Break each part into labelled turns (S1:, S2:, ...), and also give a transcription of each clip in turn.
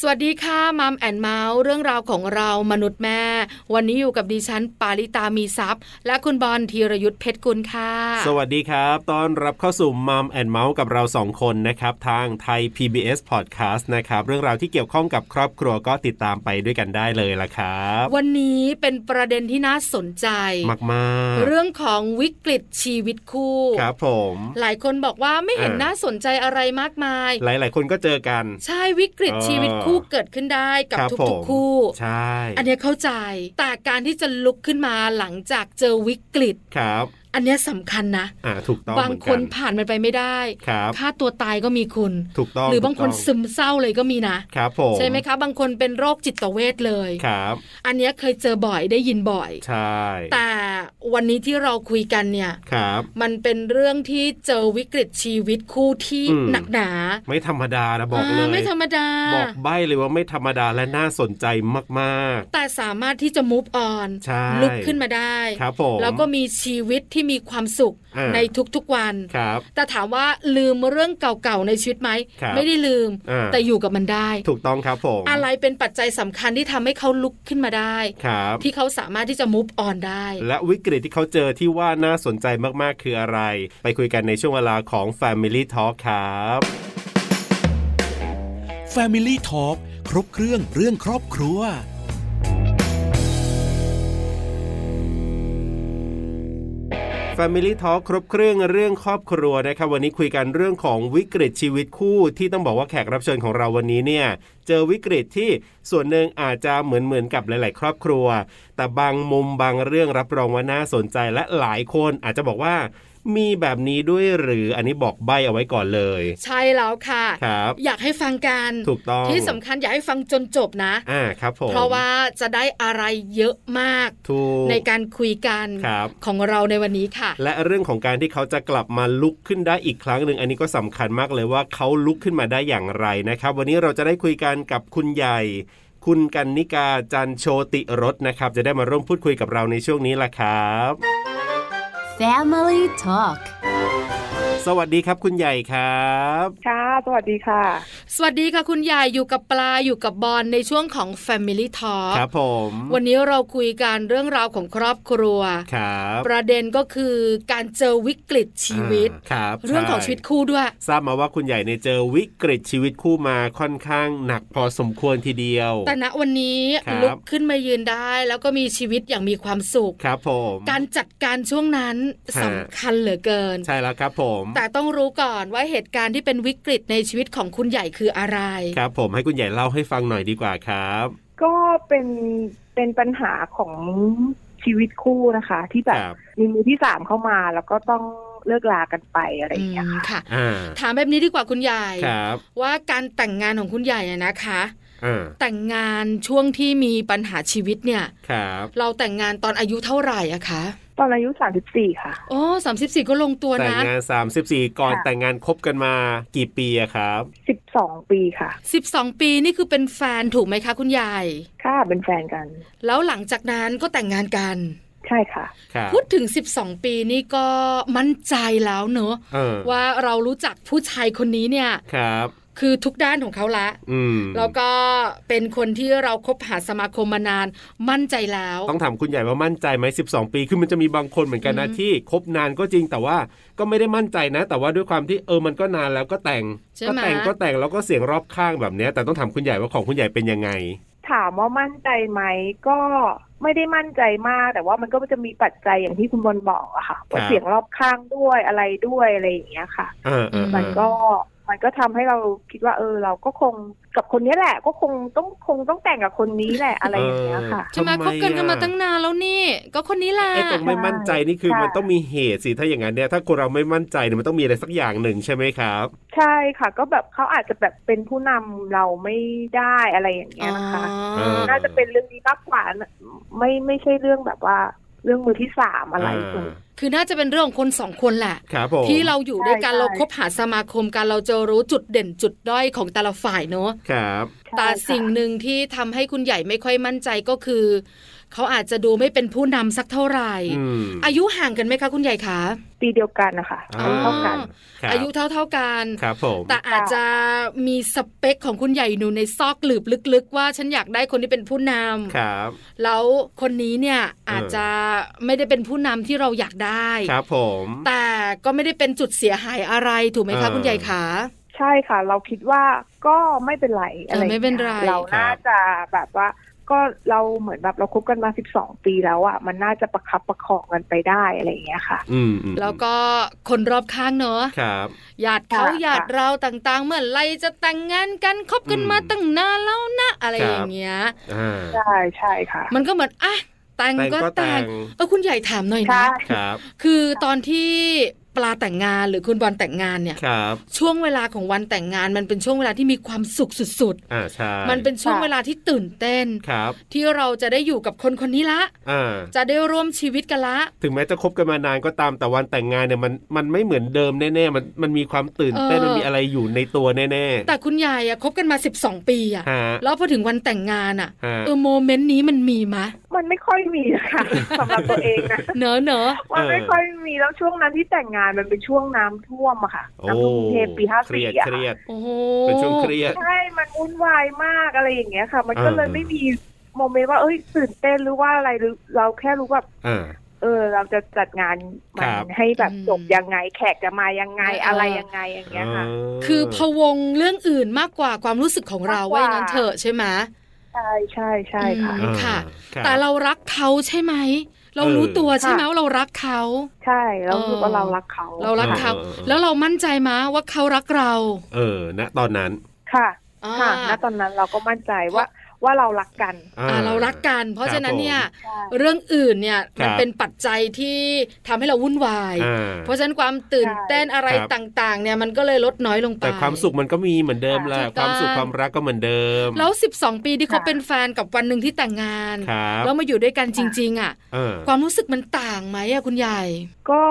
S1: สวัสดีค่ะมัมแอนเมาส์เรื่องราวของเรามนุษย์แม่ วันนี้อยู่กับดิฉันปาริตามีซัพย์ และคุณบอลธีรยุทธเพชรกุลค่ะ
S2: สวัสดีครับต้อนรับเข้าสู่มัมแอนเมาส์กับเราสองคนนะครับ ทางไทย PBS Podcast นะครับ เรื่องราวที่เกี่ยวข้องกับครอบครัวก็ติดตามไปด้วยกันได้เลยละครับ
S1: วันนี้เป็นประเด็นที่น่าสนใจ
S2: มากมากๆ
S1: เรื่องของวิกฤตชีวิตคู่
S2: ครับผม
S1: หลายคนบอกว่าไม่เห็น
S2: เออ
S1: น่าสนใจอะไรมากมาย
S2: หลาย ๆ คนก็เจอกัน
S1: ใช่วิกฤต
S2: เออ
S1: ชีวิตคู่เกิดขึ้นได้กับ
S2: รับผ
S1: ทุก
S2: ม
S1: ๆคู่
S2: ใช่
S1: อันเนี้ยเข้าใจ แต่การที่จะลุกขึ้นมาหลังจากเจอวิกฤต
S2: ครับ
S1: อันเนี้ยสำคัญนะ
S2: อ่าถูกต้อง
S1: บาง
S2: เหมือ
S1: คน
S2: กั
S1: ผ่านมันไปไม่ได้
S2: ครับ
S1: ฆ่าตัวตายก็มีคุณ
S2: ถูกต้อง
S1: หรือบางคน
S2: ถูกต้อง
S1: ซึมเศร้าเลยก็มีนะ
S2: ครับผม
S1: ใช่ไหมคะ บางคนเป็นโรคจิตเวทเลย
S2: ครับ
S1: อันเนี้ยเคยเจอบ่อยได้ยินบ่อย
S2: ใช่
S1: แต่วันนี้ที่เราคุยกันเนี่ย
S2: ครับ
S1: มันเป็นเรื่องที่เจอวิกฤตชีวิตคู่ที่
S2: อืม
S1: หนักหนา
S2: ไม่ธรรมดานะบอกเล
S1: าย ไม่ธรรมดา
S2: บอกใบ้เลยว่าไม่ธรรมดาและน่าสนใจมาก
S1: แต่สามารถที่จะ move on
S2: ๆ ใช่
S1: ลุกขึ้นมาได้
S2: ครับผม
S1: แล้วก็มีชีวิตที่มีความสุข
S2: อ่า
S1: ในทุกๆวัน
S2: ครับ
S1: แต่ถามว่าลืมเรื่องเก่าๆในชีวิตไหม
S2: ครับ
S1: ไม่ได้ลืม
S2: อ่า
S1: แต่อยู่กับมันได้
S2: ถูกต้องครับผม
S1: อะไรเป็นปัจจัยสำคัญที่ทำให้เขาลุกขึ้นมาได้
S2: ครับ
S1: ที่เขาสามารถที่จะ move on ได้
S2: และวิกฤตที่เขาเจอที่ว่าน่าสนใจมากๆ คืออะไร ไปคุยกันในช่วงเวลาของ Family Talk ครับ
S3: Family Talk ครบเครื่องเรื่องครอบครัว
S2: Family Talk ครบเครื่องเรื่องครอบครัวนะครับ วันนี้คุยกันเรื่องของวิกฤตชีวิตคู่ที่ต้องบอกว่าแขกรับเชิญของเราวันนี้เนี่ย เจอวิกฤตที่ส่วนหนึ่งอาจจะเหมือนเหมือนกับหลาย ๆ ครอบครัว แต่บางมุมบางเรื่องรับรองว่าน่าสนใจและหลายคนอาจจะบอกว่า มีแบบนี้ด้วยหรืออันนี้บอกใบ้เอาไว้ก่อนเลย
S1: ใช่แล้วค่ะ
S2: ครับ
S1: อยากให้ฟังกัน
S2: ถูกต้อง
S1: ที่สำคัญอยากให้ฟังจนจบนะ
S2: อ่าครับผม
S1: เพราะว่าจะได้อะไรเยอะมาก
S2: ถูก
S1: ในการคุยกัน
S2: ครับ
S1: ของเราในวันนี้ค่ะ
S2: และเรื่องของการที่เขาจะกลับมาลุกขึ้นได้อีกครั้งหนึ่งอันนี้ก็สำคัญมากเลยว่าเขาลุกขึ้นมาได้อย่างไรนะครับ วันนี้เราจะได้คุยกันกับคุณใหญ่ คุณกันนิกาจันโชติรสนะครับ จะได้มาร่วมพูดคุยกับเราในช่วงนี้ล่ะครับ
S4: Family Talk
S2: สวัสดีครับคุณใหญ่ครับ
S5: ค่ะ สวัสดีค่ะ
S1: สวัสดีค่ะคุณยายอยู่กับปลาอยู่กับบอลในช่วงของ Family Talk
S2: ครับผม
S1: วันนี้เราคุยกันเรื่องราวของครอบครัว
S2: ครับ
S1: ประเด็นก็คือการเจอวิกฤตชีวิต
S2: อ่าครับ
S1: เรื่องของชี
S2: ใช่
S1: วิตคู่ด้วย
S2: ทราบมาว่าคุณใหญ่ในยเจอวิกฤตชีวิตคู่มาค่อนข้างหนักพอสมควรทีเดียว
S1: แต่ณวันนี้
S2: ครับ
S1: ลุกขึ้นมายืนได้ แล้วก็มีชีวิตอย่างมีความสุข
S2: ครับผม
S1: การจัดการช่วงนั้น
S2: ฮะ
S1: สำคัญเหลือเกิน
S2: ใช่แล้วครับผม
S1: แต่ต้องรู้ก่อนว่าเหตุการณ์ที่เป็นวิกฤตในชีวิตของคุณใหญ่คืออะไร
S2: ครับผมให้คุณใหญ่เล่าให้ฟังหน่อยดีกว่าครับ
S5: ก็เป็นเป็นปัญหาของชีวิตคู่นะคะ ที่แบบ
S2: ครับ
S5: มีมือที่สามเข้ามาแล้วก็ต้องเลิกลากันไปอะไรอ
S1: อื
S5: ย่างเงี้ย
S1: ม
S5: ค่ะ
S1: ค่ะ
S2: อ่า
S1: ถามแบบนี้ดีกว่าคุณใหญ่
S2: ครับ
S1: ว่าการแต่งงานของคุณใหญ่อะนะคะ
S2: อ่า
S1: แต่งงานช่วงที่มีปัญหาชีวิตเนี่ย
S2: ครับ
S1: เราแต่งงานตอนอายุเท่าไหร่อะคะ
S5: ตอนอายุสามสิบสี่ค่ะ
S1: โอ้สามสิบสี่ก็ลงตัว
S2: แต่ง
S1: นะ
S2: งาน 34 ก่อน
S5: ค่ะ
S2: แต่งงานคบกันมากี่ปีอะครับ
S5: สิบสองปีค่ะ
S1: สิบสองปีนี่คือเป็นแฟนถูกไหมคะ คุณใหญ่
S5: ค่ะเป็นแฟนกัน
S1: แล้วหลังจากนั้นก็แต่งงานกัน
S5: ใช่ค่ะ
S2: ครับ
S1: พูดถึง 12 ปีนี่ก็มั่นใจแล้วเนอะ
S2: เออ
S1: ว่าเรารู้จักผู้ชายคนนี้เนี่ย
S2: ครับ
S1: คือทุกด้านของเขาละ
S2: อืม
S1: แล้วก็เป็นคนที่เราคบหาสมาคมมานาน มั่นใจแล้ว
S2: ต้องถามคุณใหญ่ว่ามั่นใจไหม12 ปีคือมันจะมีบางคนเหมือนกันนะ
S1: อืม
S2: ที่คบนานก็จริงแต่ว่าก็ไม่ได้มั่นใจนะ แต่ว่าด้วยความที่เออมันก็นานแล้วก็แต่ง
S1: ใช่
S2: ก็
S1: ไหม
S2: แต่งก็แต่งแล้วก็เสียงรอบข้างแบบเนี้ยแต่ต้องถามคุณใหญ่ว่าของคุณใหญ่เป็นยังไง
S5: ถามว่ามั่นใจไหมก็ไม่ได้มั่นใจมาก แต่ว่ามันก็จะมีปัจจัยอย่างที่คุณบอลบอกอะค่ะ
S2: ครับ
S5: เสียงรอบข้างด้วยอะไรด้วยอะไรอย่างเงี้ยค่ะ
S2: เออเออ
S1: มั
S2: เอน
S5: มัน
S2: อ
S5: ก็มันก็ทำให้เราคิดว่า เออ เราก็คงกับคนนี้แหละ ก็คงต้องคงต้องแต่งกับคนนี้แห ละอะไรอย่างเงี้ยค่ะ
S1: ใช่ไหม
S2: ทำ
S1: คบกันกันมา
S2: อะ
S1: ตั้งนานแล้วนี่ ก็คนนี้แหละ
S2: ไอ้ตรงไม่มั่นใจนี่คือ
S5: ใช่
S2: มันต้องมีเหตุสิถ้าอย่างนั้นเนี่ยถ้าคนเราไม่มั่นใจเนี่ยมันต้องมีอะไรสักอย่างหนึ่งใช่ไหมครับ
S5: ใช่ค่ะ ก็แบบเขาอาจจะแบบเป็นผู้นำเราไม่ได้อะไรอย่าง
S1: อ๋
S5: เงี้ยนะคะ
S2: เอ
S1: อ
S2: อ
S5: น่าจะเป็นเรื่องนี้มากกว่านะไม่ไม่ใช่เรื่องแบบว่า เรื่องมือที่สามอะไรส่วน
S1: คือน่าจะเป็นเรื่องของคนสองคนแหละ
S2: ครับผม
S1: ที่เราอยู่ด้วยกัน
S5: ใช่
S1: เราคบหาสมาคมกันเราจะรู้จุดเด่นจุดด้อยของแต่ละฝ่ายเนอะ
S2: ครับ
S5: ใช่
S1: แต่
S5: ค่ะ
S1: สิ่งหนึ่งที่ทำให้คุณใหญ่ไม่ค่อยมั่นใจก็คือ เขาอาจจะดูไม่เป็นผู้นำสักเท่าไหร่
S2: อืม
S1: อายุห่างกันไหมคะคุณใหญ่คะ
S5: ปีเดียวกันนะคะ
S2: อ่
S5: อายุเท่ากัน
S2: ครับ
S1: อายุเท่าเท่าๆกัน
S2: ครับผม
S1: แต่อาจจะมีสเปคของคุณใหญ่หนูในซอกหลืบลึกๆ ว่าฉันอยากได้คนที่เป็นผู้นำ
S2: ครับ
S1: แล้วคนนี้เนี่ยอาจจะไม่ได้เป็นผู้นำที่เราอยากได้
S2: ครับผม
S1: แต่ก็ไม่ได้เป็นจุดเสียหายอะไรถูกไหมคะ
S2: เออ
S1: คุณใหญ่ขา
S5: ใช่ค่ะ เราคิดว่าก็ไม่เป็นไรอะไร
S1: เออไม่เป็นไร
S5: เราน่าจะแบบว่า ก็เราเหมือนแบบเราคบกันมา 12 ปีแล้วอ่ะมันน่าจะประคับประคองกันไปได้อะไรอย่างเงี้ยค่ะ
S2: อืมอืม
S1: แล้วก็คนรอบข้างเนอะ
S2: ครับ
S1: หยาดเขา
S5: ค่ะ
S1: หยาดเราต่างๆ เมื่อไรจะแต่งงานกันคบกันมา
S2: อืม
S1: ตั้งนานแล้วนะอะไร
S2: ครับ
S1: อย่างเงี้ย
S2: อ่า
S5: ใช่ใช่ค่ะ
S1: มันก็เหมือนอ่ะแต่ง
S2: แต่ง
S1: ก็
S2: ก็
S1: แต่
S2: แต่
S1: ง
S2: ง
S1: เออคุณใหญ่ถามหน่อย
S5: ใช่
S1: นะ
S2: ครับ
S1: คือตอนที่ปลาแต่งงานหรือคุณบอลแต่งงานเนี่ย
S2: ครับ
S1: ช่วงเวลาของวันแต่งงาน มันเป็นช่วงเวลาที่มีความสุขสุด
S2: อ่าใช่
S1: ๆ มันเป็นช่วง
S5: ค่ะ
S1: เวลาที่ตื่นเต้น
S2: ครับ
S1: ที่เราจะได้อยู่กับคนคนนี้ละ
S2: อ่า
S1: จะได้ร่วมชีวิตกันละ
S2: ถึงแม้จะคบกันมานานก็ตามแต่วันแต่งงานเนี่ยมันมันไม่เหมือนเดิมแน่ๆมันมันมีความตื่นเต้น
S1: เออ
S2: มันมีอะไรอยู่ในตัวแน่
S1: แต่คุณยายอะคบกันมา 12 ปีอะ
S2: ฮะ
S1: แล้วพอถึงวันแต่งงานอะ
S2: ฮะ
S1: เออโมเมนต์นี้มันมีมะ
S5: มันไม่ค่อยมีนะคะสำหรับตัวเอง นะ
S1: เนอะเนอะ
S5: มันไม่ค่อยมีแล้วช่วงนั้นที่แต่งงานมันเป็นช่วงน้ำท่วมอะค่ะน้ำท่วมกรุงเทพปีห้า
S2: เครี
S5: สี่
S2: ยด
S5: อะ
S2: เครียด
S1: โอ้โห
S2: เป็นช่วงเครียด
S5: ใช่มันวุ่นวายมากอะไรอย่างเงี้ยค่ะ มันก็เลย
S2: เออ
S5: ไม่มีโมเมนต์ว่าเอ้ยตื่นเต้นหรือว่าอะไรหรือเราแค่รู้ว่า
S2: อ่า
S5: เออเราจะจัดงานมัน
S2: ครับ
S5: ให้แบบจบยังไงแขกจะมายังไงอะไรยังไงอย่างเงี้ยค่ะ
S1: คือพะวงเรื่องอื่นมากกว่าความรู้สึกของเรา
S5: มากกว่า
S1: ว่าอย่างนั้นเถอะใช่ไหม
S5: ใช่ใช่ใช่ค่ะ
S1: อืม
S2: อ่า
S1: ค่ะ
S2: ครับ
S1: แต่เรารักเขาใช่ไหม เรา
S2: เออ
S1: รู้ตัวใช่ไหม
S5: ค่ะ
S1: ว่าเรารักเขา
S5: ใช่แล้วรู้สึกว่า
S1: เออ
S5: เรารักเขา
S1: เรารักเขา
S2: เออเออเออ
S1: แล้วเรามั่นใจมะว่าเขารักเรา
S2: เออณตอนนั้น
S5: ค่ะ
S1: อ่า
S5: ค่ะณตอนนั้นเราก็มั่นใจว่าว่าเรารักกัน
S2: อ่า
S1: อ่าเรารักกัน เพราะฉะนั้นเนี่ย
S5: ใช่
S1: เรื่องอื่นเนี่ย
S2: ครับ
S1: มันเป็นปัจจัยที่ทำให้เราวุ่นวาย
S2: อ่า
S1: เพราะฉะนั้นความตื่นเต้นอะไร
S2: ครับ
S1: ต่างๆ เนี่ยมันก็เลยลดน้อยลงไป
S2: แต่ความสุขมันก็มีเหมือนเดิมแหละ
S1: ถูกต้อง
S2: ความสุขความรักก็เหมือนเดิม
S1: แล้ว 12 ปีที่เขาเป็นแฟนกับวันหนึ่งที่แต่งงาน
S2: ครับ
S1: แล้วมาอยู่ด้วยกันจริง ๆ อ่ะ
S2: เออ
S1: ความรู้สึกมันต่างไหมอะคุณใหญ่
S5: ก็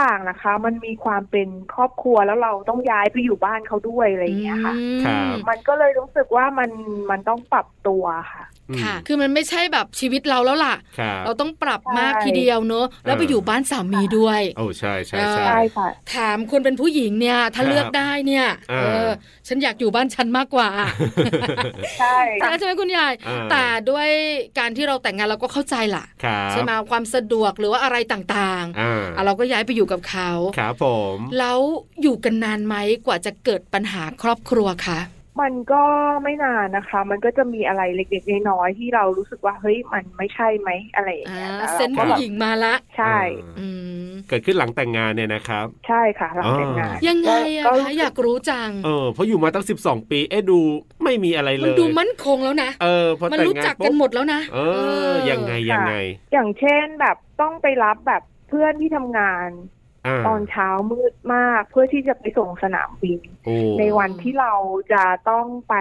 S5: ต่างนะคะ มันมีความเป็นครอบครัวแล้วเราต้องย้ายไปอยู่บ้านเขาด้วยอะไรอย่างเงี้ยค่ะ
S2: ครับ
S5: มันก็เลยรู้สึกว่ามันมันต้องปรับตัวค่ะ
S2: อืม
S1: ค่ะ คือมันไม่ใช่แบบชีวิตเราแล้วล่ะ
S2: ครับ
S1: เราต้องปรับมาก
S5: ใช่
S1: ทีเดียวเนอะแล้วไปอยู่บ้านสามีด้วย
S2: โอ้ใช่ใช่
S1: เอ
S2: ใช่
S1: อ
S5: ใช่ค่ะ
S1: ถามคนเป็นผู้หญิงเนี่ย ถ้า
S2: ครับ
S1: เลือกได้เนี่ย
S2: อ่า
S1: เออ ฉันอยากอยู่บ้านฉันมากกว่า
S5: ใช่ค่ะ
S1: ใช่ไหมคุณยาย
S2: อ่า
S1: แต่ด้วยการที่เราแต่งงานเราก็เข้าใจล่ะ
S2: ครับ
S1: ใช่ไหมความสะดวกหรือว่าอะไรต่างๆ
S2: อ่า
S1: อ่ะเราก็ย้ายไปอยู่กับเขา
S2: ครับผม
S1: แล้วอยู่กันนานไหมกว่าจะเกิดปัญหาครอบครัวคะ
S5: มันก็ไม่นานนะคะ มันก็จะมีอะไรเล็กๆน้อยๆที่เรารู้สึกว่าเฮ้ยมันไม่ใช่ไหมอะไรอย่าง
S1: อ่า
S5: เงี้ยแล้ว
S1: เซนส์
S5: ราก็
S1: ผู้
S5: แบบ
S1: หญิงมาละ
S5: ใช่
S2: อ่า
S1: อืม
S2: เกิดขึ้นหลังแต่งงานเนี่ยนะครับ
S5: ใช่ค่ะหลังแต่งงาน
S1: ยังไงอะ
S5: ก็
S1: คะอยากรู้จัง
S2: เออเพราะอยู่มาตั้ง 12 ปีเอ๊ะดูไม่มีอะไรเล
S1: มัน
S2: ย
S1: ดูมั่นคงแล้วนะ
S2: เออพอ
S1: มัน
S2: แต่ง
S1: รู้
S2: งาน
S1: จัก
S2: ปุ๊บ
S1: กันหมดแล้วนะ
S2: เออยังไงยังไง
S5: อย่างเช่นแบบต้องไปรับแบบเพื่อนที่ทำงาน
S2: อ่า
S5: ตอนเช้ามืดมาก เพื่อที่จะไปส่งสนามบิน
S2: โอ้
S5: ในวันที่เราจะต้องไป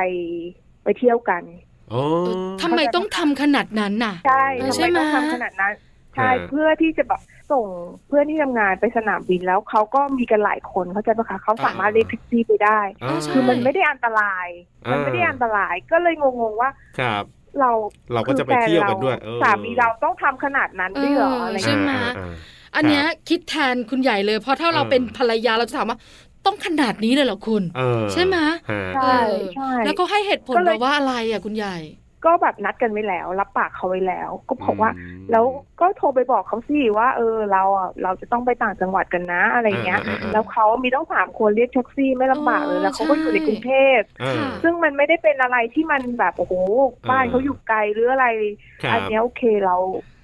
S5: ไปเที่ยวกัน
S2: โอ้
S1: เออทำไมต้องทำขนาดนั้นน่ะ
S5: ใช่
S2: เออ
S5: ทำ
S2: ใช่
S5: ไม
S2: ไหม
S5: ต้องทำขนาดนั้น ใช่
S2: ฮะ
S5: เพื่อที่จะแบบส่งเพื่อนที่ทำงานไปสนามบินแล้วเขาก็มีกันหลายคนเข้าใจปะคะเขาสามารถเรียกแท็กซี่ไปได้
S2: อ่า
S1: ใช่
S5: คือมันไม่ได้อันตราย
S2: อ่ามั
S5: มันไม่ได้อันตรายก็เลยงงๆว่า
S2: ครับ
S5: เรา
S2: เราก็จะไปเที่ยวกันด้วยเออ
S5: สามีเราต้องทำขนาดนั้นด้วยเหรอ
S1: เอออ
S5: อะไร
S1: ใช่
S5: เงี้ย
S1: ไหม
S2: อ่าอ่า
S1: อันเนี้ยคิดแทนคุณใหญ่เลย เพราะถ้าเรา
S2: เออ
S1: เป็นภรรยาเราจะถามว่า ต้องขนาดนี้เลยเหรอคุณ
S2: เออ
S1: ใช่ไหม
S2: ฮะ
S5: ใช่
S1: เออ
S5: ใช่
S1: แล้วก็ให้เหตุผล
S5: ก็เลย
S1: เราว่าอะไรอ่ะคุณใหญ่
S5: ก็แบบนัดกันไว้แล้ว รับปากเขาไว้แล้ว ก็บอกว่า แล้วก็โทรไปบอกเขาสิว่า เออเราอ่ะเราจะต้องไปต่างจังหวัดกันนะอะไรเงี้ย
S2: อ่าอ่าอ่า
S5: แล้วเขามีต้องสามคนเรียกแท็กซี่ไม่ลำบากเลย
S1: เออ
S5: แล้วเขาก็อยู่ในกรุงเทพ
S2: อืม
S5: ซึ่งมันไม่ได้เป็นอะไรที่มันแบบโอ้โหบ้านเขาอยู่ไกลหรืออะไร
S2: ครับ
S5: อันเนี้ยโอเคเรา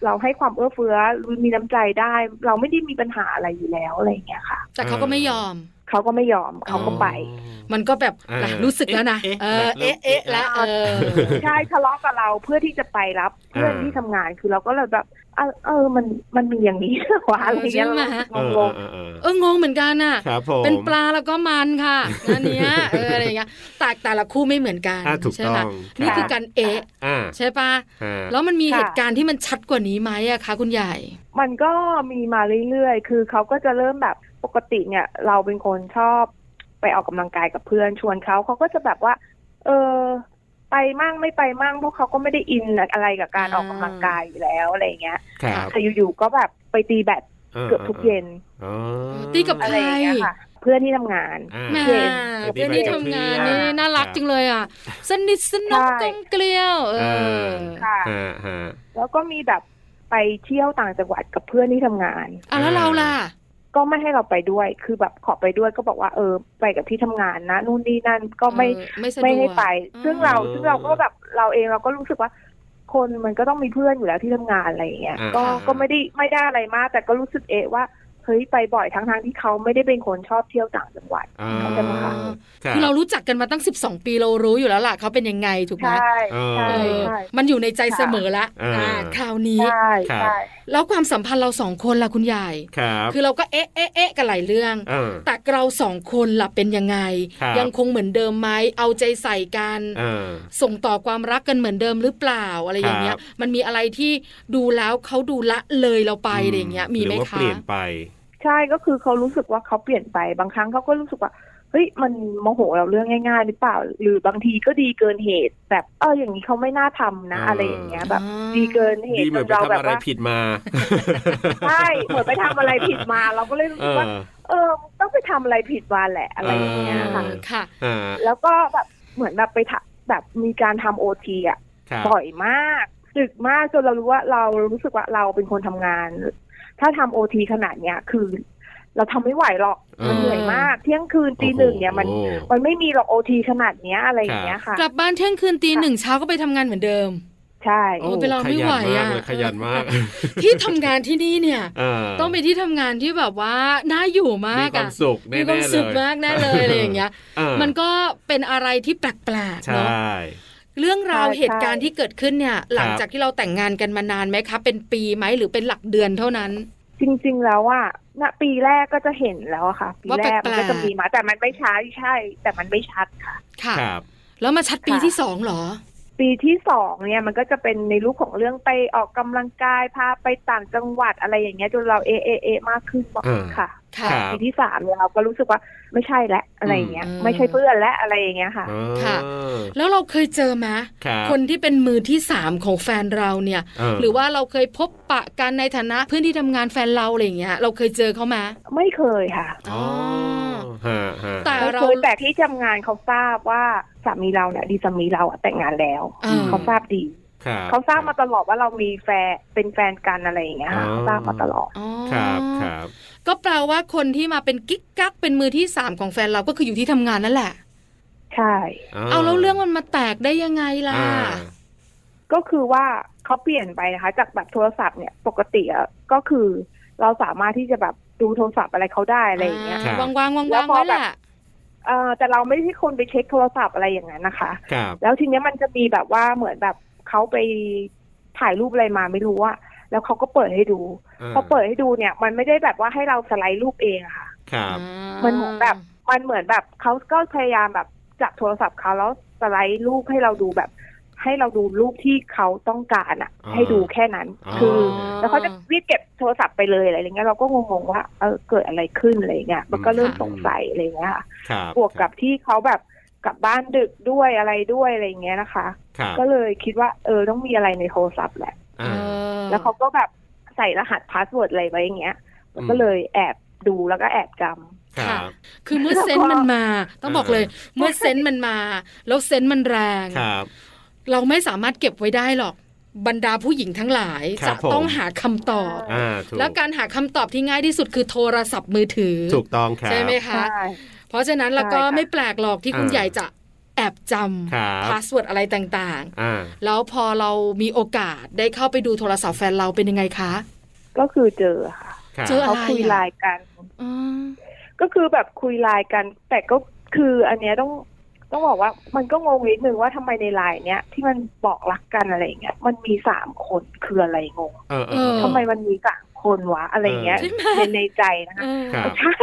S5: เราให้ความเอื้อเฟื้อมีน้ำใจได้ เราไม่ได้มีปัญหาอะไรอยู่แล้วอะไรอย่างเงี้ยค่ะ
S1: แต่เขาก็ไม่ยอม
S5: เขาก็ไม่ยอมเขาก็ ไป
S1: มันก็แบบ
S2: อ่า
S1: ล่ะรู้สึกแล้วนะเอ
S2: เอ๊ะ
S1: อ
S2: เอ๊ะ
S1: เอ๊ะเอ๊ะ
S2: แล้
S1: แล้ว
S2: ว
S1: เออ
S5: ใช่ทะเลาะกับเราเพื่อที่จะไปรับเพื่อน
S2: อ่า
S5: ที่ทำงานคือเราก็เลยแบบเออเออมันมันมีอย่างนี้ เหรอวะอะไรอย่างเงี้ย
S1: ใช่ไหม
S2: เอ
S5: เรา
S2: อ
S5: ก็งง
S2: เออเออ
S1: เอองงเหมือนกันน่ะ
S2: ครับผม
S1: เป็นปลาแล้วก็มันค่ะอันเนี้ยเอออะไรอย่างเงี้ยแต่แต่ละคู่ไม่เหมือนกัน
S2: อ่ะถูก
S1: ใช่ไหม
S2: ต้อง
S1: นี่
S2: ครับ
S1: คือการเอ๊ะ
S2: อ่า
S1: ใช่ปะ
S2: ฮะ
S1: แล้วมันมีเหตุการณ์ที่มันชัดกว่านี้ไหมอะคะคุณใหญ่
S5: ๆมันก็มีมาเรื่อยๆ คือเขาก็จะเริ่มแบบปกติเนี่ย เราเป็นคนชอบไปออกกำลังกายกับเพื่อนชวนเขาเขาก็จะแบบว่า เออ ไปมั่งไม่ไปมั่งเพราะเขาก็ไม่ได้อินอะไรกับการ
S1: อ่า
S5: ออกกำลังกายอยู่แล้วอะไรอย่างเงี้ย
S2: ครับ
S5: แต่อยู่ๆก็แบบไปตีแบดเกือบทุกเย็น
S2: อ๋อ
S1: ตีกับ
S5: อะไรอย่างเงี้ยค่ะ เพื่อนที่ทำงาน
S2: อ่า
S1: แหม่
S5: เย็น
S1: เพื่อนที่ทำงานนี่
S2: ครับ
S1: น่ารักจังเลยอ่ะ สนิทสนม
S5: ใช่
S1: กลมเกลียว เอ
S2: เอ
S1: อ
S2: อ
S5: ค่ะ
S2: ฮะฮะ
S5: แล้วก็มีแบบไปเที่ยวต่างจังหวัดกับเพื่อนที่ทำงาน
S1: อ่ะแล้วเราล่ะ
S5: ก็ไม่ให้เราไปด้วย คือแบบขอไปด้วยก็บอกว่าเออไปกับที่ทำงานนะนู่นนี่นั่นก็ไม่
S1: เออไม่สะดวก
S5: ไม่ให้ไป
S1: อืม
S5: ซึ่งเรา
S2: เออ
S5: ซึ่งเราก็แบบเราเองเราก็รู้สึกว่า คนมันก็ต้องมีเพื่อนอยู่แล้วที่ทำงานอะไรอย่างเงี้ย
S2: อ่า
S5: ก็
S2: อ่า
S5: ก็ไม่ได้ไม่ได้อะไรมาก แต่ก็รู้สึกเอะว่าเฮ้ยไปบ่อยทั้งทางๆที่เขาไม่ได้เป็นคนชอบเที่ยวต่างจังหวัด
S2: อ่า
S5: เข้าใจไหมคะ
S2: ครับ
S1: คือเรารู้จักกันมาตั้ง 12 ปีเรารู้อยู่แล้วล่ะเขาเป็นยังไงถูกไหม
S5: ใช่
S2: เออ
S5: ใช่
S1: เออ
S5: ใช่
S1: มันอยู่ในใจเสมอละ
S2: เอออ่
S1: าคราวนี้
S5: ใช่
S2: ครับ
S5: ใช่
S1: แล้วความสัมพันธ์เราสองคนล่ะคุณใหญ่
S2: ครับ
S1: คือเราก็เอ๊ะเอ๊ะเอ๊ะกันหลายเรื่อง
S2: เออ
S1: แต่เราสองคนล่ะเป็นยังไง
S2: ครับ
S1: ยังคงเหมือนเดิมไหมเอาใจใส่กัน
S2: เออ
S1: ส่งต่อความรักกันเหมือนเดิมหรือเปล่าอะไรอย่างเงี้
S2: ค
S1: ย
S2: รับ
S1: มันมีอะไรที่ดูแล้วเขาดูละเลยเราไปอะไรอย่างเงี้ย มีไหม
S2: รือว่า
S1: คะ
S2: เปลี่ยนไป
S5: ใช่ก็คือเขารู้สึกว่าเขาเปลี่ยนไปบางครั้งเขาก็รู้สึกว่าเฮ้ยมันโมโหเราเรื่องง่ายๆหรือเปล่า หรือบางทีก็ดีเกินเหตุ แบบเอออย่างนี้เขาไม่น่าทำนะ
S2: อ่า
S5: อะไรอย่างเงี้ยแบบ
S1: อ่า
S5: ดีเกินเห
S2: ดี
S5: ตุ
S2: เหมือนไป
S5: เรา
S2: ทำ
S5: แบบ
S2: อะไร
S5: ว่า
S2: ผิดมา
S5: ใช่เหมือนไปทำอะไรผิดมา เราก็เลยรู้
S2: เอ
S5: สึก
S2: อ
S5: ว่า เออต้องไปทำอะไรผิดมาแหละอะไรอย่างเงี้ยค่ะ
S2: เออ
S1: ค่ะ
S2: อ่า
S5: แล้วก็แบบเหมือนแบบไปทำแบบมีการทำโอทีอ่ะ
S2: ครับ
S5: บ่อยมากดึกมากจนเรารู้ว่าเรารู้สึกว่าเราเป็นคนทำงาน ถ้าทำโอทีขนาดเนี้ยคือ เราทำไม่ไหวหรอก
S2: เออ
S5: มันเหนื่อยมาก เที่ยงคืนตีหนึ่งเนี่ยมัน
S2: โอ้โห
S5: มันไม่มีหรอกโอทีขนาดเนี้ยอะไรอย่างเงี้ยค่ะ
S1: กลับบ้านเที่ยงคืนตีหนึ่งเช้าก็ไปทำงานเหมือนเดิม
S5: ใช่
S1: โอ้เป็นเราไม่ไหวอะ
S2: ขยันมากเลยขยันมาก
S1: ที่ทำงานที่นี่ เนี่ย
S2: เ
S1: ต้องเป็นที่ทำงานที่แบบว่าน่าอยู่มาก
S2: มีควา
S1: อะ
S2: มสุขแน่
S1: มี
S2: ๆเลย
S1: ความสุขมากแน่เลยอะไรอย่างเงี้ย
S2: เออ
S1: มันก็เป็นอะไรที่แปลกๆ
S2: ใช
S1: เนาะ
S2: ่
S1: เรื่องราวเหตุการณ์ที่เกิดขึ้นเนี่ย หลังจากที่เราแต่งงานกันมานานไหมคะเป็นปีไหมหรือเป็นหลักเดือนเท่านั้น
S5: จริง ๆ แล้วว่าณปีแรกก็จะเห็นแล้วอะค่ะ ปี
S1: ว่า
S5: แร
S1: แปลกๆ
S5: กมันก็จะมีมา แต่มันไม่ชัดใช่ แต่มันไม่ชัดค่ะ
S1: ค่ะ
S2: ครับ
S1: แล้วมาชัดปี
S5: ค่ะ
S1: ที่สองเหรอ
S5: ปีที่สองเนี่ยมันก็จะเป็นในรูปของเรื่องไปออกกำลังกายพาไปต่างจังหวัดอะไรอย่างเงี้ยจนเราเอะเอะเอะมากขึ้น
S2: อ่า
S5: ค่ะ
S1: ค่ะ
S2: ครับ
S5: ปีที่สามเนี่ยเราก็รู้สึกว่าไม่ใช่และอะไรอย่างเงี้ย
S1: อืม
S5: ไม่ใช่เพื่อนและอะไรอย่างเงี้ยค่ะ
S2: เออ
S1: ค่ะ แล้วเราเคยเจอไหม
S2: ครับ
S1: คนที่เป็นมือที่สามของแฟนเราเนี่ย
S2: เห
S1: รือว่าเราเคยพบปะกันในฐานะเพื่อนที่ทำงานแฟนเราอะไรอย่างเงี้ย เราเคยเจอเขาไหม
S5: ไม่เคยค่ะ
S2: อ๋อฮะฮะ
S1: แต่
S5: ไม่
S1: เรา
S5: เคยแต่ที่ทำงานเขาทราบว่าสามีเราเนี่ยดีสามีเราอะแต่งงานแล้ว
S1: เออ
S5: เขาทราบดี
S2: ครับ
S5: เขาทราบมาตลอดว่าเรามีแฟนเป็นแฟนกันอะไรอย่างเงี้ยค่ะ
S2: อ๋อ
S5: เขาทราบมาตลอด
S1: อ๋อ
S2: ครับครับ
S1: ก็แปลว่าคนที่มาเป็นกิ๊กกักเป็นมือที่สามของแฟนเราก็คืออยู่ที่ทำงานนั่นแหละ
S5: ใช่
S1: เอาแล้วเรื่องมันมาแตกได้ยังไงล่ะ
S2: อ่า
S5: ก็คือว่าเขาเปลี่ยนไปนะคะ จากแบบโทรศัพท์เนี่ยปกติอะก็คือ เราสามารถที่จะแบบดูโทรศัพท์อะไรเขาได้อะไรอย่างเงี้ย
S2: ครับ
S1: วางวางวาง
S5: แล้ว
S1: วาง
S5: พอ
S1: ไว้
S5: แบบ
S1: แหละ
S5: เออแต่เราไม่ใช่คนไปเช็คโทรศัพท์อะไรอย่างนั้นนะคะ
S2: ครับ
S5: แล้วทีเนี้ยมันจะมีแบบว่าเหมือนแบบเขาไปถ่ายรูปอะไรมาไม่รู้ว่าแล้วเขาก็เปิดให้ดูพอเปิดให้ดูเนี่ย มันไม่ได้แบบว่าให้เราสไลด์รูปเองอะค่ะ
S2: ครับ
S5: มันเหมือนแบบ มันเหมือนแบบเขาก็พยายามแบบจับโทรศัพท์เขาแล้วสไลด์รูปให้เราดูแบบ ให้เราดูรูปที่เขาต้องการอะ
S2: อ่า
S5: ให้ดูแค่นั้น
S2: า
S5: คือ
S2: อ
S5: แล้วเขาจะรีบเก็บโทรศัพท์ไปเลยอะไรอย่างเงี้ยเราก็งงๆว่าเออเกิดอะไรขึ้นอะไรอย่างเงี้ยมันก็เริ่มสงสัยอะไรอย่างเงี้ยค่ะ
S2: ครับ
S5: บวกกับที่เขาแบบกลับบ้านดึกด้วยอะไรด้วยอะไรอย่างเงี้ยนะคะ
S2: ครับ
S5: ก็เลยคิดว่าเออต้องมีอะไรในโทรศัพท์แหละ
S2: อ่า
S1: เออ
S5: แล้วเขาก็แบบใส่รหัสพาสเวิร์ดอะไรไว้อย่างเงี้ย
S2: อืม
S5: ก็เลยแอบดูแล้วก็แอบจำ
S2: ครับ
S1: คือเมื่อเซนส์มันมา ต้องบอกเลย
S2: เอ
S1: เมื่อเซนส์มันมา แล้วเซนส์มันแรง
S2: ครับ
S1: เราไม่สามารถเก็บไว้ได้หรอก บรรดาผู้หญิงทั้งหลาย
S2: ครั
S1: จะ
S2: บผม
S1: ต้องหาคำตอบ
S2: อ่าถูก
S1: แล้วการหาคำตอบที่ง่ายที่สุดคือโทรศัพท์มือถือ
S2: ถูกต้องครับ
S1: ใช่ไหมคะ เพราะฉะนั้นแล้วก็
S5: ใช่ค่ะ
S1: ไม่แปลกหรอกที่คุณ
S2: อ่า
S1: ใหญ่จะแอบจ
S2: ครั
S1: ำ
S2: บ
S1: พาสเวิร์ดอะไรต่าง
S2: อ่า
S1: ๆ แล้วพอเรามีโอกาสได้เข้าไปดูโทรศัพท์แฟนเราเป็นยังไงคะ
S5: ก็คือเจอค่ะ
S2: ครับ
S1: เจอ
S5: เขา
S1: อะไระ
S5: คุยไลน์กัน
S1: อืม
S5: ก็คือแบบคุยไลน์กัน แต่ก็คืออันเนี้ยต้องต้องบอกว่ามันก็งงนิดนึงว่าทำไมในไลน์เนี้ยที่มันบอกรักกันอะไรอย่างเงี้ยมันมีสามคนคืออะไรงง
S2: เออเอ
S1: เอ
S2: อ
S1: อ
S5: ทำไมมันมีสามคนวะอะไรอย่างเงี้ย
S1: ใช่ไหม
S5: ในในใจนะคะ
S1: เออ
S2: ครับ
S5: ใช่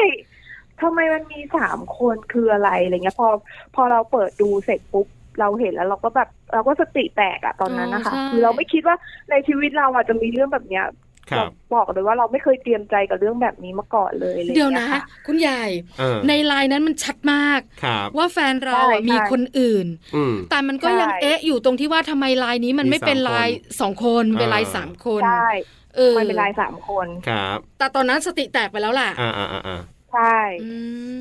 S5: ทำไมมันมีสามคนคืออะไรอะไรเงี้ย พอพอเราเปิดดูเสร็จปุ๊บเราเห็นแล้วเราก็แบบเราก็สติแตกอะตอนนั้นนะคะ
S1: อ๋อใช่
S5: คือเราไม่คิดว่าในชีวิตเราอะจะมีเรื่องแบบเนี้ย
S2: ครั
S5: เรา
S2: บ
S5: บอกเลยว่าเราไม่เคยเตรียมใจกับเรื่องแบบนี้มาก่อนเลยอะไรอาง
S1: เดี๋ยว
S5: งี้
S1: นะ
S5: ค่
S1: คุณใหญ่
S2: เออ
S1: ในไลน์นั้นมันชัดมาก
S2: ครับ
S1: ว่าแฟนเราอะ
S5: ใช่
S1: มีคนอื่น
S2: อืม
S1: แต่มันก็ยัง
S5: ใช่
S1: เอ๊ะอยู่ตรงที่ว่าทำไมไลน์นี้มัน
S2: มี
S1: ไม่เป็น
S2: สาม
S1: ไลน์
S2: คน
S1: สองคน
S2: อ่า
S1: เป็นไลน์สามคน
S5: ใช่
S1: เออ
S5: มันเป็นลายสามคน
S2: ครับ
S1: แต่ตอนนั้นสติแตกไปแล้วล่ะ
S2: อ่าอ่าอ่าอ่า
S5: ใช่
S1: อื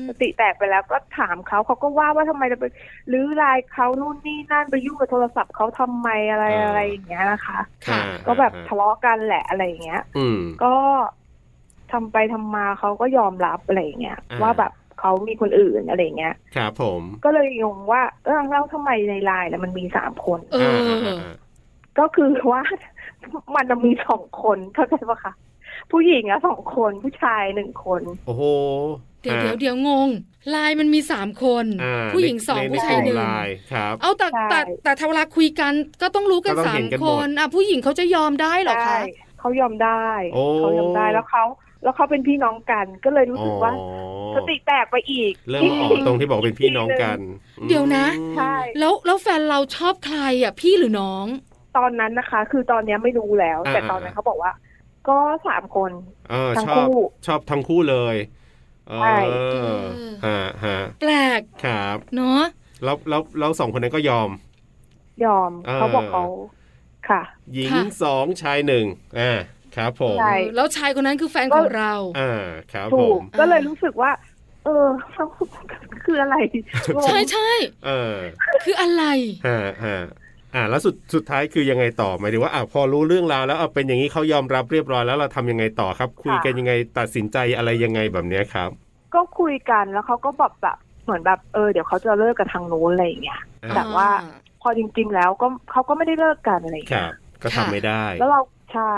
S1: ม
S5: สติแตกไปแล้วก็ถามเขาเขาก็ว่าว่าทำไมจะไปรื้อไลายเขานู่นนี่นั่นไปยุ่งกับโทรศัพท์เขาทำไมอะไรอะไรอย่างเงี้ยนะคะ
S1: ค่ะ
S2: อ่า
S5: ก็แบบ
S2: อ่า
S5: ทะเลาะกันแหละอะไรอย่างเงี้ย
S2: อืม
S5: ก็ทำไปทำมาเขาก็ยอมรับอะไรอย่างเงี้ย
S2: อ่า
S5: ว่าแบบเขามีคนอื่นอะไรอย่างเงี้ย
S2: ครับผม
S5: ก็เลยงงว่าเออแล้วทำไมในไลน์แล้วมันมีสามคน
S1: เอออา
S2: าา
S5: ก็คือว่า มันน่ะมีสองคนเข้าใจปะคะผู้หญิงอะสองคนผู้ชายหนึ่งคน
S2: โอ้โห
S1: เดี๋ยว
S2: อ่า
S1: เดี๋ยวเดี๋ยวงงไลน์มันมีสามคน
S2: อ่า
S1: ผู้หญิงสอง
S2: ใน
S1: ผู้ชายหนึ่
S2: ใกลุ่
S1: ง
S2: มไลน์ครับ
S1: เอาแต่
S5: ใช่
S1: แต่แต่ถ้าเวลาคุยกันก็ต้องรู้กัน
S2: ก็ต้อง
S1: สา
S2: เห็
S1: ม
S2: นกันห
S1: ค
S2: มด
S1: นอ่ะผู้หญิงเขาจะยอมได้เหรอคะ
S5: ได้เขายอมได้
S2: โอ้
S5: เขายอมได้แล้วเขาแล้วเขาเป็นพี่น้องกันก็เลยรู้สึกว่า
S2: อ๋อ
S5: สติแตกไปอีก
S2: เริ่มมาออกตรงที่บอกเป็นพี่น้องกัน
S1: เดี๋ยวนะ
S2: อืม
S5: ใช่
S1: แล้วแล้วแฟนเราชอบใครอ่ะพี่หรือน้อง
S5: ตอนนั้นนะคะ คือตอนเนี้ยไม่รู้แล้ว แต่ตอนนั้นเขาบอกว่า ก็สามคน
S2: เออ
S5: ทั้ง
S2: ชอบ
S5: คู่
S2: ชอบทั้งคู่เลยเอ
S5: ใช่
S2: อฮะฮะ
S1: แปลก
S2: ครับ
S1: เนาะ
S2: แล้วแล้วแล้วสองคนนั้นก็ยอม
S5: ยอม
S2: เออ
S5: เขาบอกเขาค่ะ
S2: หญิงสองชายหนึ่งอ่าครับผม
S5: ใช่
S1: แล้วชายคนนั้นคือแฟนของเรา
S2: อ่าครับผ
S5: ถูก
S2: ม
S5: ก็เลยรู้สึกว่า เออ เขาคืออะไรงง
S1: ใช่ใช่
S2: เออ
S1: คืออะไร
S2: ฮะฮะอ่าแล้วสุดสุดท้ายคือยังไงต่อหมายถึงว่าอ่ะพอรู้เรื่องราวแล้วเอาเป็นอย่างนี้เขายอมรับเรียบร้อยแล้วเราทำยังไงต่อครับ คุยกันยังไงตัดสินใจอะไรยังไงแบบเนี้ยครับ
S5: ก็คุยกันแล้วเขาก็แบบแบบเหมือนแบบเออเดี๋ยวเขาจะเลิกกับทางนู้นอะไรอย่างเงี้ย
S2: อ่า
S5: แบบ ว่า พอจริง ๆ แล้วก็เขาก็ไม่ได้เลิกกันอะไรอย่าง
S2: ค
S5: เงี้
S2: รั
S5: ย
S2: บ ก็ทำ
S1: ค่ะ
S2: ไม่ได้
S5: แล้วเราใช่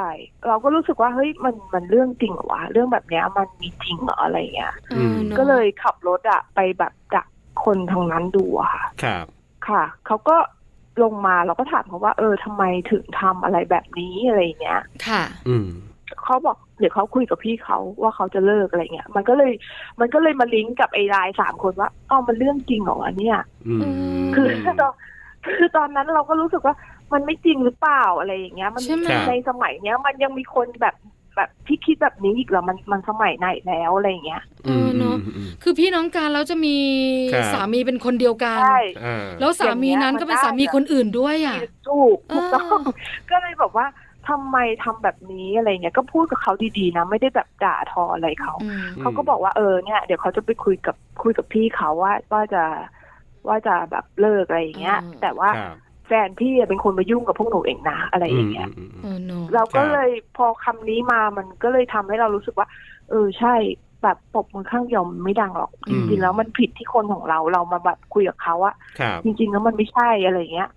S5: เราก็รู้สึกว่าเฮ้ยมันมันเรื่องจริงเหรอวะเรื่องแบบเนี้ยมันมีจริงเหรออะไรเงี้ย
S1: เออเนอะ
S5: ก็เลยขับรถอะไปแบบดักคนทางนั้นดูอะ
S2: ค
S5: ค่ะ
S2: รับ
S5: ค่ะเขาก็ลงมาเราก็ถามเขาว่า เออทำไมถึงทำอะไรแบบนี้อะไรเงี้ย
S1: ค่ะ
S2: อืม
S5: เขาบอกเดี๋ยวเขาคุยกับพี่เขาว่าเขาจะเลิกอะไรเงี้ย มันก็เลยมันก็เลยมาลิงก์กับไอ้ไลน์สามคนว่าอ๋อมันเรื่องจริงเหรอวะเนี่ย
S2: อืม
S5: คือ ตอนคือตอนนั้นเราก็รู้สึกว่ามันไม่จริงหรือเปล่าอะไรอย่างเงี้ย มัน
S1: ใช่ไหม
S5: ในสมัยเนี้ย มันยังมีคนแบบแบบที่คิดแบบนี้อีกเหรอมันมันสมัยไหนแล้วอะไรอย่างเงี้ย
S1: เออเนอะ คือพี่น้องกันแล้วจะมี
S2: ครับ
S1: สามีเป็นคนเดียวกัน
S5: ใช่
S2: อ่า
S1: แล้วสามีนั้นก็เป็นสามีคนอื่นด้วยอ่ะ
S5: ถูกถูกต้อง
S1: เออ
S5: ก็เลยบอกว่าทำไมทำแบบนี้อะไรเงี้ยก็พูดกับเขาดีๆนะไม่ได้แบบด่าทออะไรเขา
S1: อืม
S5: เขาก็บอกว่าเออเนี่ยเดี๋ยวเขาจะไปคุยกับคุยกับพี่เขาว่าว่าจะว่าจะแบบเลิกอะไรอย่างเงี้ย
S1: อืม
S5: แต่ว่า
S2: ครับ
S5: แฟนพี่อะเป็นคนมายุ่งกับพวกหนูเองนะอะไรอย่างเงี้ย
S2: อืม
S1: เอ
S2: อื
S1: อ
S2: ม
S1: เนอะ
S5: เราก็
S2: ครับ
S5: เลยพอคำนี้มามันก็เลยทำให้เรารู้สึกว่า เออใช่แบบปบมือข้างเดียวมันไม่ดังหรอก
S2: อื
S5: จ
S2: ม
S5: ริงๆแล้วมันผิดที่คนของเราเรามาแบบคุยกับเขาอะ
S2: ครับ
S5: จริงๆแล้วมันไม่ใช่อะไรเงี้ย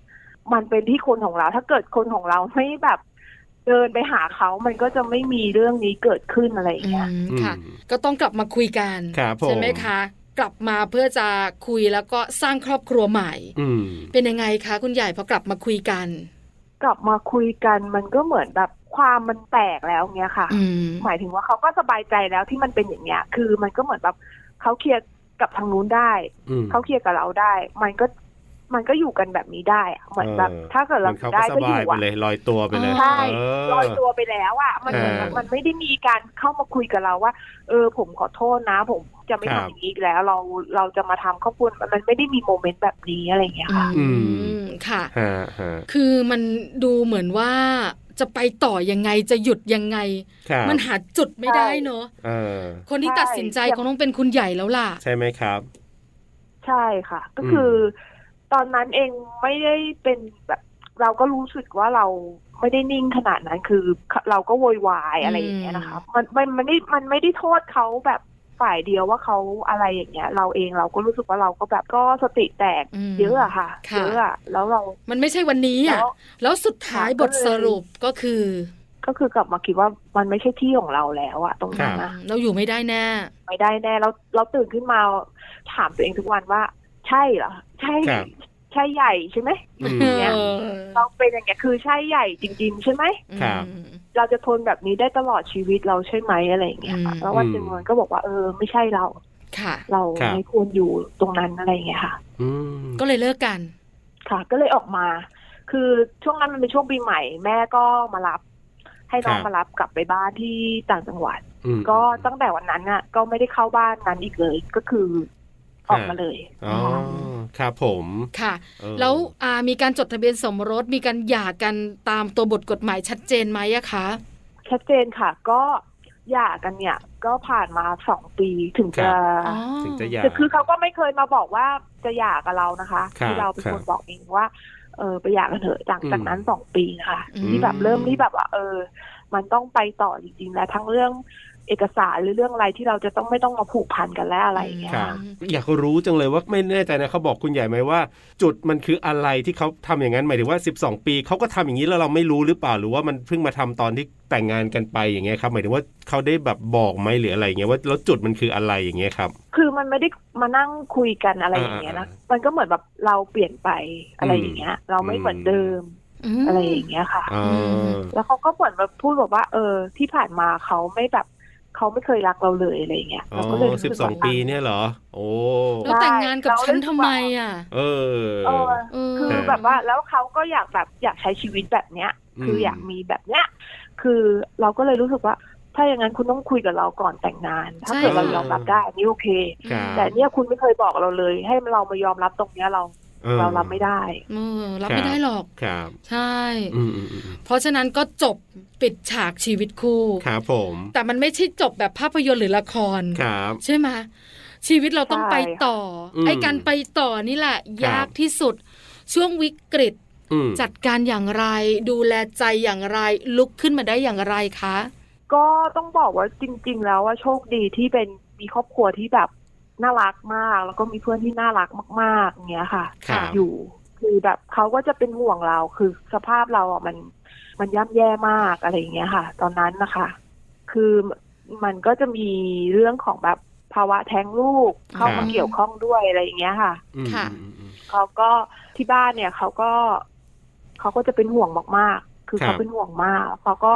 S5: มันเป็นที่คนของเรา ถ้าเกิดคนของเราไม่แบบเดินไปหาเขา มันก็จะไม่มีเรื่องนี้เกิดขึ้นอะไร
S1: อื
S5: เงี้ย
S1: มค่ะ ก็ต้องกลับมาคุยกัน
S2: ครับผม
S1: ใช่ไหมคะ กลับมาเพื่อจะคุยแล้วก็สร้างครอบครัวใหม่
S2: อืม
S1: เป็นยังไงคะคุณใหญ่พอกลับมาคุยกัน
S5: กลับมาคุยกันมันก็เหมือนแบบความมันแตกแล้วเงี้ยค่ะ
S1: อืม
S5: หมายถึงว่าเขาก็สบายใจแล้วที่มันเป็นอย่างเงี้ย คือมันก็เหมือนแบบเขาเคลียร์กับทางนู้นได้
S2: อืม
S5: เขาเคลียร์กับเราได้ มันก็ มันก็อยู่กันแบบนี้ได้อะเหมือนแบบ
S2: เออ
S5: ถ้าเกิดเรา
S2: มันเขาก็
S5: ได้
S2: ส
S5: ก็อบ
S2: าย
S5: ยู่
S2: ไป
S5: อะ
S2: เลยลอยตัวไปเลย
S1: อ๋อ
S5: ใช่
S2: เล
S5: อยตัวไปแล้วอะมันเหมือน
S2: เออ
S5: มันไม่ได้มีการเข้ามาคุยกับเราว่า เออ ผมขอโทษนะ ผมจะไม่
S2: ครับ
S5: ทำอย่างนี้อีกแล้ว เราเราจะมาทำข้าวปุ้นมันไม่ได้มีโมเมนต์แบบนี้อะไรอย่างเงี้ยค่ะ
S1: อืมค่ะ
S2: ฮะฮะ
S1: คือมันดูเหมือนว่าจะไปต่อยังไงจะหยุดยังไง
S2: ครับ
S1: มันหาจุดไม่ได้เนอะ
S2: เออ
S1: คนที่
S5: ใช่
S1: ตัดสินใจคงต้องเป็นคุณใหญ่แล้วล่ะ
S2: ใช่ไหมครับ
S5: ใช่ค่ะ ก็คืออตอนนั้นเองไม่ได้เป็นแบบ เราก็รู้สึกว่าเราไม่ได้นิ่งขนาดนั้น คือเราก็โวยวายอะไรอย่างเงี้ยนะคะ มันมันมันไม่มันไม่ได้โทษเขาแบบฝ่ายเดียวว่าเขาอะไรอย่างเงี้ย เราเองเราก็รู้สึกว่าเราก็แบบก็สติแตก
S1: อืม
S5: เยอะอะค่ะ
S1: ค่ะ
S5: เยอะอะแล้วเรา
S1: มันไม่ใช่วันนี้อ่ะ
S5: แล้ว
S1: แล้วสุดท้าย
S5: ค่ะ
S1: บท
S5: ก็เลย
S1: สรุปก็คือ
S5: ก็คือกลับมาคิดว่ามันไม่ใช่ที่ของเราแล้วอะตรงนั้น
S1: อื
S5: นะ
S1: มเราอยู่ไม่ได้แน่
S5: ไม่ได้แน่เราเราตื่นขึ้นมาถามตัวเองทุกวันว่า ใช่เหรอใช่
S2: ครับ
S5: ใช่ใหญ่ใช่ไหม
S2: อืม
S1: เออ
S5: เราเป็นอย่างเงี้ยคือใช่ใหญ่จริง ๆ ใช่ไหม
S2: ครับ
S1: อืม
S5: เราจะทนแบบนี้ได้ตลอดชีวิตเราใช่ไหมอะไรอย่างเงี้ยค่ะ
S1: อืม
S5: แล้ววันหนึ่ง
S2: อืม
S5: มันก็บอกว่าเออไม่ใช่เรา
S1: ค่ะ
S5: เรา
S2: ครับ
S5: ไม่ควรอยู่ตรงนั้นอะไรอย่างเงี้ยค่ะ
S2: อืม
S1: ก็เลยเลิกกัน
S5: ค่ะ ก็เลยออกมา คือช่วงนั้นมันเป็นช่วงปีใหม่ แม่ก็มารับ ให้น้อง
S2: ครับ
S5: มารับกลับไปบ้านที่ต่างจังหวัด
S2: อืม
S5: ก็ตั้งแต่วันนั้นอ่ะ ก็ไม่ได้เข้าบ้านนั้นอีกเลย ก็คือออก
S2: ฮะ
S5: มาเลย
S2: อ๋อครับผม
S1: ค่ะ
S2: เออ
S1: แล้วอ่ามีการจดทะเบียนสมรสมีการหย่ากันตามตัวบทกฎหมายชัดเจนไหมอะคะ
S5: ชัดเจนค่ะ ก็หย่ากันเนี่ย ก็ผ่านมาสองปีถึง
S2: ค
S5: จะ
S2: รั
S1: อ๋อ
S2: ถึงจะหย่า
S5: แต่คือเขาก็ไม่เคยมาบอกว่าจะหย่ากับเรานะคะ
S2: ครับ
S5: ที่เราเป็น
S2: ครับ
S5: คนบอกเองว่าเออไปหย่ากันเถอะจาก
S2: อืม
S5: จากนั้นสองปีนะคะ
S1: อืม
S5: ที่แบบเริ่มที่แบบว่า เออ มันต้องไปต่อจริงๆแล้วทั้งเรื่องเอกสารหรือเรื่องอะไรที่เราจะต้องไม่ต้องมาผูกพันกันและอะไรอย่างเงี้ย
S2: ครั
S5: ค่ะ
S2: บ อยากรู้จังเลยว่าไม่แน่ใจนะเขาบอกคุณใหญ่ไหมว่า จุดมันคืออะไรที่เขาทำอย่างนั้นหมายถึงว่า 12 ปีเขาก็ทำอย่างนี้แล้วเราไม่รู้หรือเปล่าหรือว่ามันเพิ่งมาทำตอนที่แต่งงานกันไปอย่างเงี้ยครับ หมายถึงว่าเขาได้แบบบอกไหมหรืออะไรอย่างเงี้ยว่าแล้วจุดมันคืออะไรอย่างเงี้ยครับ
S5: คือมันไม่ได้มานั่งคุยกันอะไรอย่างเงี้ยนะมันก็เหมือนแบบเราเปลี่ยนไปอะไรอย่างเงี้ย เราไม่เหมือนเดิม
S1: ม
S5: อะไรอย่างเงี้ยค่ะ
S2: อ่า
S1: ม
S5: แล้วเขาก็เหมือนแบบพูดแบบว่า เออ ที่ผ่านมาเขาไม่แบบเขาไม่เคยรักเราเลยอะไรอย่างเงี้ย
S2: อ๋อ
S5: เราก็เลยรู้
S2: สิบ
S5: สึก
S2: สอ
S5: ว่า
S2: งปีเนี่ยเหรอ โอ้
S1: แล้วแต่งงานกับ
S5: เรา
S1: ฉัน
S5: รู้สึ
S1: ทำ
S5: กว่า
S1: ไมอ่ะ
S2: เออ
S5: เออ
S1: เออ
S5: คือแบบว่าแล้วเขาก็อยากแบบอยากใช้ชีวิตแบบเนี้ย คือ
S2: ม
S5: อยากมีแบบเนี้ย คือเราก็เลยรู้สึกว่า ถ้าอย่างนั้นคุณต้องคุยกับเราก่อนแต่งงาน ถ้า
S1: ใช่
S5: เกิดเรายอมรับได้อันนี่โอเค
S2: ครับ
S5: แต่เนี่ยคุณไม่เคยบอกเราเลย ให้เรามายอมรับตรงเนี้ยเรา
S2: ออ
S5: เรารับไม่ได้
S1: เออรับ
S2: ครับ
S1: ไม่ได้หรอก
S2: ครับ
S1: ใช่
S2: อืมอืมอืม
S1: เพราะฉะนั้นก็จบปิดฉากชีวิตคู่
S2: ครับผม
S1: แต่มันไม่ใช่จบแบบภาพยนตร์หรือละคร
S2: ครับ
S1: ใช่ไหมชีวิตเราต้อง
S5: ใช่
S1: ไปต่ออ
S2: ม
S1: ไอ้การไปต่อนี่แหละ
S2: ครับ
S1: ยากที่สุด ช่วงวิกฤต
S2: อืม
S1: จัดการอย่างไร ดูแลใจอย่างไร ลุกขึ้นมาได้อย่างไรคะ
S5: ก็ต้องบอกว่าจริง ๆ แล้วว่าโชคดีที่เป็นมีครอบครัวที่แบบน่ารักมาก แล้วก็มีเพื่อนที่น่ารักมากๆเงี้ยค่ะ
S2: ครับ
S5: อยู่คือแบบเขาก็จะเป็นห่วงเราคือสภาพเราอ่ะมัน มันย่ำแย่มากอะไรอย่างเงี้ยค่ะ ตอนนั้นนะคะ คือมันก็จะมีเรื่องของแบบภาวะแท้งลูกเข้ามา
S1: ครับ
S5: เกี่ยวข้องด้วยอะไรอย่างเงี้ยค่ะ
S2: อืม
S1: ค่ะ
S2: อืมอืม
S5: เขาก็ที่บ้านเนี่ยเขาก็เขาก็จะเป็นห่วงมากๆ คือ
S2: ครั
S5: เขา
S2: บ
S5: เป็นห่วงมากเขาก็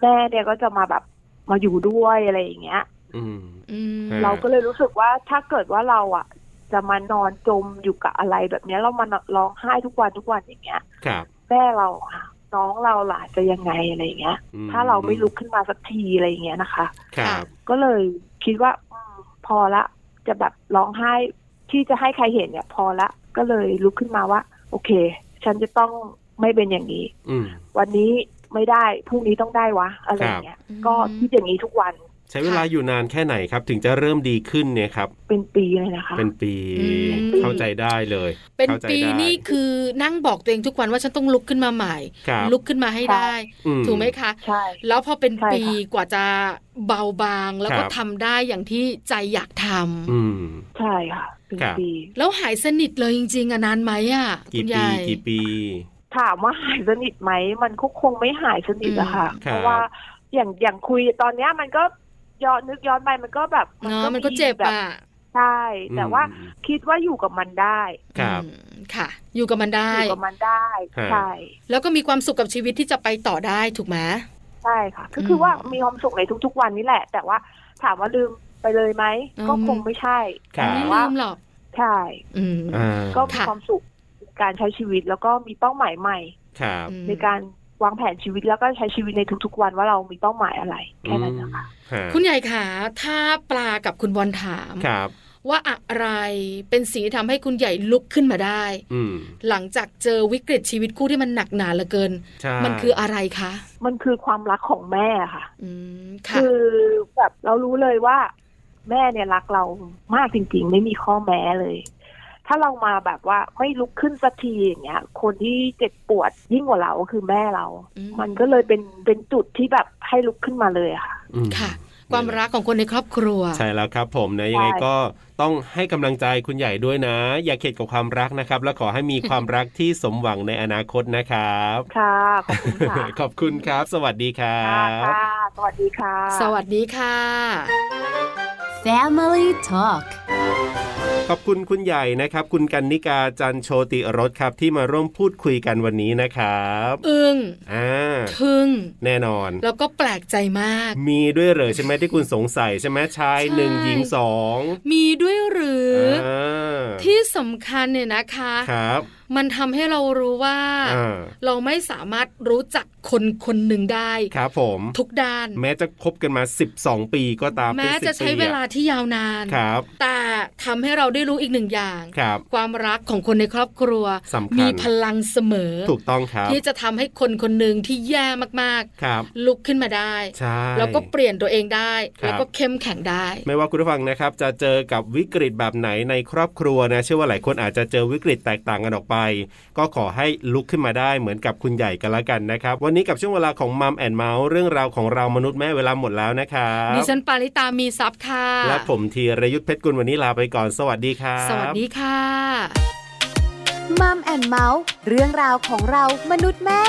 S5: แม่เนี่ยก็จะมาแบบมาอยู่ด้วยอะไรอย่างเงี้ย
S2: อืม
S1: อืม
S2: เออ
S5: เราก็เลยรู้สึกว่าถ้าเกิดว่าเราอ่ะ จะมานอนจมอยู่กับอะไรแบบเนี้ยเรามาร้องไห้ทุกวันทุกวันอย่างเงี้ย
S2: ครับ
S5: แม่เราอะน้องเราล่ะจะยังไงอะไรอย่างเงี้ย
S2: อืม
S5: ถ้าเราไม่ลุกขึ้นมาสักทีอะไรอย่างเงี้ยนะคะ
S2: ครับ
S5: ก็เลยคิดว่าอมพอละจะแบบร้องไห้ที่จะให้ใครเห็นเนี่ย พอละก็เลยลุกขึ้นมาว่า โอเค ฉันจะต้องไม่เป็นอย่างนี้
S2: อืม
S5: วันนี้ไม่ได้พรุ่งนี้ต้องได้วะอะไรอย่างเงี้ย
S1: ครับ
S5: ก็คิดอย่างนี้ทุกวัน
S2: ใช้เวลาอยู่นานแค่ไหนครับ ถึงจะเริ่มดีขึ้นเนี่ยครับ
S5: เป็นปีเลยนะคะ
S2: เป็นปี
S1: อืม
S2: เข้าใจได้เลย
S1: เป็น
S2: ข้าใจ
S1: ปี
S2: ได้
S1: นี่คือนั่งบอกตัวเองทุกวันว่าฉันต้องลุกขึ้นมาใหม่
S2: ครับ
S1: ลุกขึ้นมาให้ได้
S2: อื
S1: ถูกไหมคะ
S5: ใช่
S1: แล้วพอเป็น
S5: ใช่ค่ะ
S1: ปีกว่าจะเบาบาง แล้วก็
S2: ครับ
S1: ทำได้อย่างที่ใจอยากทำ
S2: อืม
S5: ใช่ค่ะเป็น
S2: ครับ
S5: ปี
S1: แล้วหายสนิทเลยจริงๆอะนานไหมอะ
S2: กี่
S1: คุณ
S2: ปี
S1: ยาย
S2: กี่ปี
S5: ถามว่าหายสนิทไหม มันก็คงไม่หายสนิทอะค่ะ
S2: ค
S5: เพ
S2: รับ
S5: ราะว่าอย่างอย่างคุยตอนเนี้ยมันก็ย้อนนึกย้อนไปมันก็แบบ
S1: เนาะมันก็เจ็บ
S5: แบบ
S1: อ่ะ
S5: ใช่ แต่ว่า
S2: อืม
S5: คิดว่าอยู่กับมันได้
S2: ครับ
S1: อืมค่ะ อยู่กับมันได้
S5: อยู่กับมันได้
S2: ฮะ
S5: ใช่
S1: แล้วก็มีความสุขกับชีวิตที่จะไปต่อได้ถูกไหม
S5: ใช่ค่ะ ก็
S1: อืม
S5: คือว่ามีความสุขในทุกๆวันนี่แหละ แต่ว่าถามว่าลืมไปเลยไหม
S1: อืม
S5: ก็คงไม่ใช่
S2: ครับ
S1: ไม่
S5: แต่ว่า
S1: ลืมหรอก
S5: ใช่
S1: อืม
S2: อ่า
S5: ก็มี
S1: ค่ะ
S5: ความสุขในการใช้ชีวิตแล้วก็มีเป้าหมายใหม่
S2: ครับ
S1: อืม
S5: ในการวางแผนชีวิตแล้วก็ใช้ชีวิตในทุกๆ วันว่าเรามีเป้าหมายอะไรแค่นั้นนะคะ
S2: ฮะ
S1: คุณยายขาถ้าปลากับคุณบอลถาม
S2: ครับ
S1: ว่าอะไรเป็นสิ่งที่ทำให้คุณใหญ่ลุกขึ้นมาได้
S2: อืม
S1: หลังจากเจอวิกฤตชีวิตคู่ที่มันหนักหนาเหลือเกิน
S2: ใช่
S1: มันคืออะไรคะ
S5: มันคือความรักของแม่ค่ะ
S1: อืมค่ะ
S5: คือแบบเรารู้เลยว่า แม่เนี่ยรักเรามากจริง ๆ ไม่มีข้อแม้เลย ถ้าเรามาแบบว่าไม่ลุกขึ้นสักทีอย่างเงี้ย คนที่เจ็บปวดยิ่งกว่าเราก็คือแม่เรา
S1: อืม
S5: มันก็เลยเป็นเป็นจุดที่แบบให้ลุกขึ้นมาเลยอะค่ะ
S2: ม
S1: ค่ะ ความรักของคนในครอบครัว
S2: ใช่แล้วครับผมนะยังไงก็ต้องให้กำลังใจคุณใหญ่ด้วยนะ อย่าเข็ดกับความรักนะครับ และขอให้มีความรักที่สมหวังในอนาคตนะครับ
S5: ค่ะ ขอบคุณค่ะ
S2: ขอบคุณครับ สวัสดีครั
S5: ค่ะ
S2: บ
S5: ค่ะสวัสดีค่ะ
S1: สวัสดีค่ะ
S4: Family Talk
S2: ขอบคุณคุณใหญ่นะครับ คุณกันนิกาจันโชติรสครับ ที่มาร่วมพูดคุยกันวันนี้นะครับ
S1: อึ้ง
S2: อ่า
S1: ทึ่ง
S2: แน่นอน
S1: แล้วก็แปลกใจมาก
S2: มีด้วยเหรอใช่ไหมที่คุณสงสัยใช่ไหมชายหนึ่งหญิงสอง
S1: มีด้วยหรืออา ที่สำคัญเนี่ยนะคะ
S2: ครับ
S1: มันทำให้เรารู้ว่า
S2: อ่า
S1: เราไม่สามารถรู้จักคนคนหนึ่งได้
S2: ครับผม
S1: ทุกด้าน
S2: แม้จะคบกันมา 12 ปีก็ตาม
S1: แม้
S2: เป็น
S1: จะ
S2: 10
S1: ใช้เวลา
S2: ปีอ
S1: ที่ยาวนาน
S2: ครับ
S1: แต่ทำให้เราได้รู้อีกหนึ่งอย่าง
S2: ครับ
S1: ความรักของคนในครอบครัว
S2: สำคัญ
S1: มีพลังเสมอ
S2: ถูกต้องครับ
S1: ที่จะทำให้คนคนหนึ่งที่แย่มาก
S2: ครับ
S1: ๆ ลุกขึ้นมาได้
S2: ใช่
S1: แล้วก็เปลี่ยนตัวเองได้
S2: ครับ
S1: แล้วก็เข้มแข็งได้
S2: ไม่ว่าคุณผู้ฟังนะครับ จะเจอกับวิกฤตแบบไหนในครอบครัวนะเชื่อว่าหลายคนอาจจะเจอวิกฤตแตกต่างกันออกไป ก็ขอให้ลุกขึ้นมาได้เหมือนกับคุณใหญ่กันละกันนะครับ วันนี้กับช่วงเวลาของมัมแอนเมาส์เรื่องราวของเรามนุษย์แม่เวลาหมดแล้วนะครับ
S1: ดิฉันปาริตามีซับค่ะ
S2: และผมธีรยุทธเพชรกุลวันนี้ลาไปก่อนสวัสดีครับ
S1: สวัสดีค่ะ
S4: มัมแอนเมาส์เรื่องราวของเรามนุษย์แม่